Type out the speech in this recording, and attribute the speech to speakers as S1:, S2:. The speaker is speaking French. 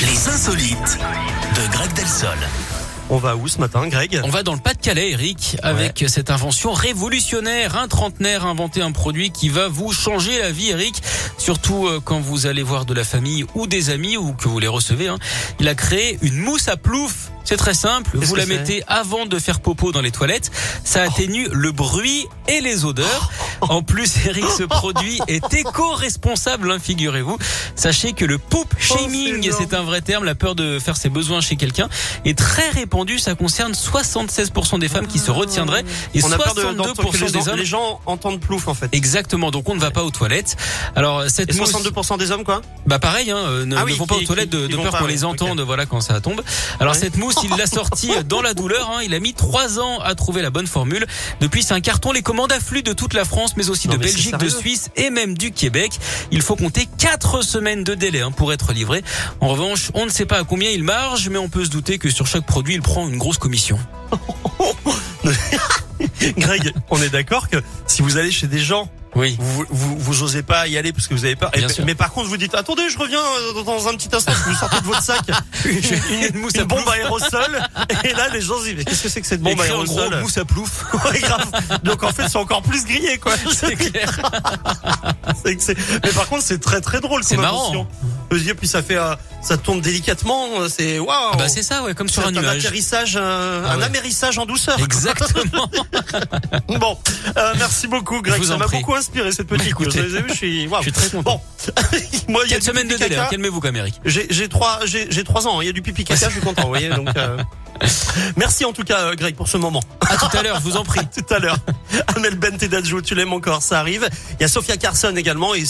S1: Les insolites de Greg Delsol.
S2: On va où ce matin, Greg
S3: On va dans le Pas-de-Calais, Eric, avec cette invention révolutionnaire. Un trentenaire a inventé un produit qui va vous changer la vie, Eric. Surtout euh, quand vous allez voir de la famille ou des amis ou que vous les recevez. hein. Il a créé une mousse à plouf. C'est très simple.
S2: Qu'est-ce
S3: Vous
S2: que
S3: la
S2: c'est Oh.
S3: mettez avant de faire popo dans les toilettes. Ça atténue le bruit et les odeurs. En plus, Eric, ce produit est éco-responsable, hein, figurez-vous. Sachez que le poop shaming,
S2: Oh, énorme.
S3: c'est un vrai terme, la peur de faire ses besoins chez quelqu'un est très répandue. Ça concerne 76% des femmes qui se retiendraient et
S2: Ah. On a peur de,
S3: 62%
S2: d'entendre que les,
S3: des
S2: gens-
S3: hommes.
S2: les gens entendent plouf en fait.
S3: Exactement. Donc on ne va pas aux toilettes. Alors cette
S2: Et
S3: mousse-
S2: 62% des hommes quoi
S3: bah pareil, hein, euh, ne,
S2: Ah
S3: ne
S2: oui,
S3: vont pas
S2: qui-
S3: aux toilettes de,
S2: qui- qui
S3: de
S2: vont
S3: peur
S2: pas,
S3: qu'on
S2: oui,
S3: les entende, voilà quand ça tombe. Alors
S2: Ouais.
S3: cette mousse, il l'a sortie dans la douleur. hein. Il a mis trois ans à trouver la bonne formule. Depuis, c'est un carton. Les commandes affluent de toute la France, mais aussi
S2: Non,
S3: de
S2: mais c'est
S3: Belgique, de
S2: sérieux.
S3: Suisse et même du Québec. Il faut compter quatre semaines de délai hein, pour être livré. En revanche, on ne sait pas à combien il marge, mais on peut se douter que sur chaque produit, il prend une grosse commission.
S2: Greg, on est d'accord que si vous allez chez des gens,
S3: Oui.
S2: vous, vous, vous osez pas y aller parce que vous avez peur. Et
S3: Bien
S2: pe-
S3: sûr.
S2: mais par contre, vous dites attendez, je reviens euh, dans un petit instant. Vous sortez de votre sac une,
S3: Une mousse à
S2: une bombe aérosol. Et là, les gens se disent mais qu'est-ce que c'est que cette bombe
S3: Écrit en gros,
S2: aérosol
S3: mousse à plouf.
S2: Ouais, grave. Donc en fait, c'est encore plus grillé quoi.
S3: C'est clair.
S2: C'est que c'est- Mais par contre, c'est très très drôle.
S3: C'est
S2: comme
S3: marrant. hein.
S2: invention. Je veux dire, puis ça fait, euh, ça tourne délicatement. euh, C'est waouh.
S3: Ah bah c'est ça, ouais, comme sur
S2: C'est
S3: un nuage.
S2: atterrissage, euh,
S3: Ah
S2: un
S3: ouais.
S2: amérissage en douceur.
S3: Exactement.
S2: Bon, euh, merci beaucoup, Greg.
S3: Je vous
S2: Ça
S3: en
S2: m'a
S3: prie.
S2: beaucoup inspiré cette petite.
S3: Bah, écoutez,
S2: je, les ai vus, je suis, waouh.
S3: je suis très content.
S2: Bon, moi, il y a
S3: Quatre
S2: du
S3: semaines de
S2: pipi
S3: délai. hein.
S2: caca.
S3: Calmez-vous, quand même, Eric.
S2: J'ai j'ai trois, j'ai j'ai trois ans. hein. Il y a du pipi caca. Je suis content. Vous voyez, donc. euh, Merci en tout cas, euh, Greg, pour ce moment.
S3: À tout à l'heure, je vous en prie.
S2: Tout à l'heure, Amel Bent et Dadjo, tu l'aimes encore, ça arrive. Il y a Sofia Carson également et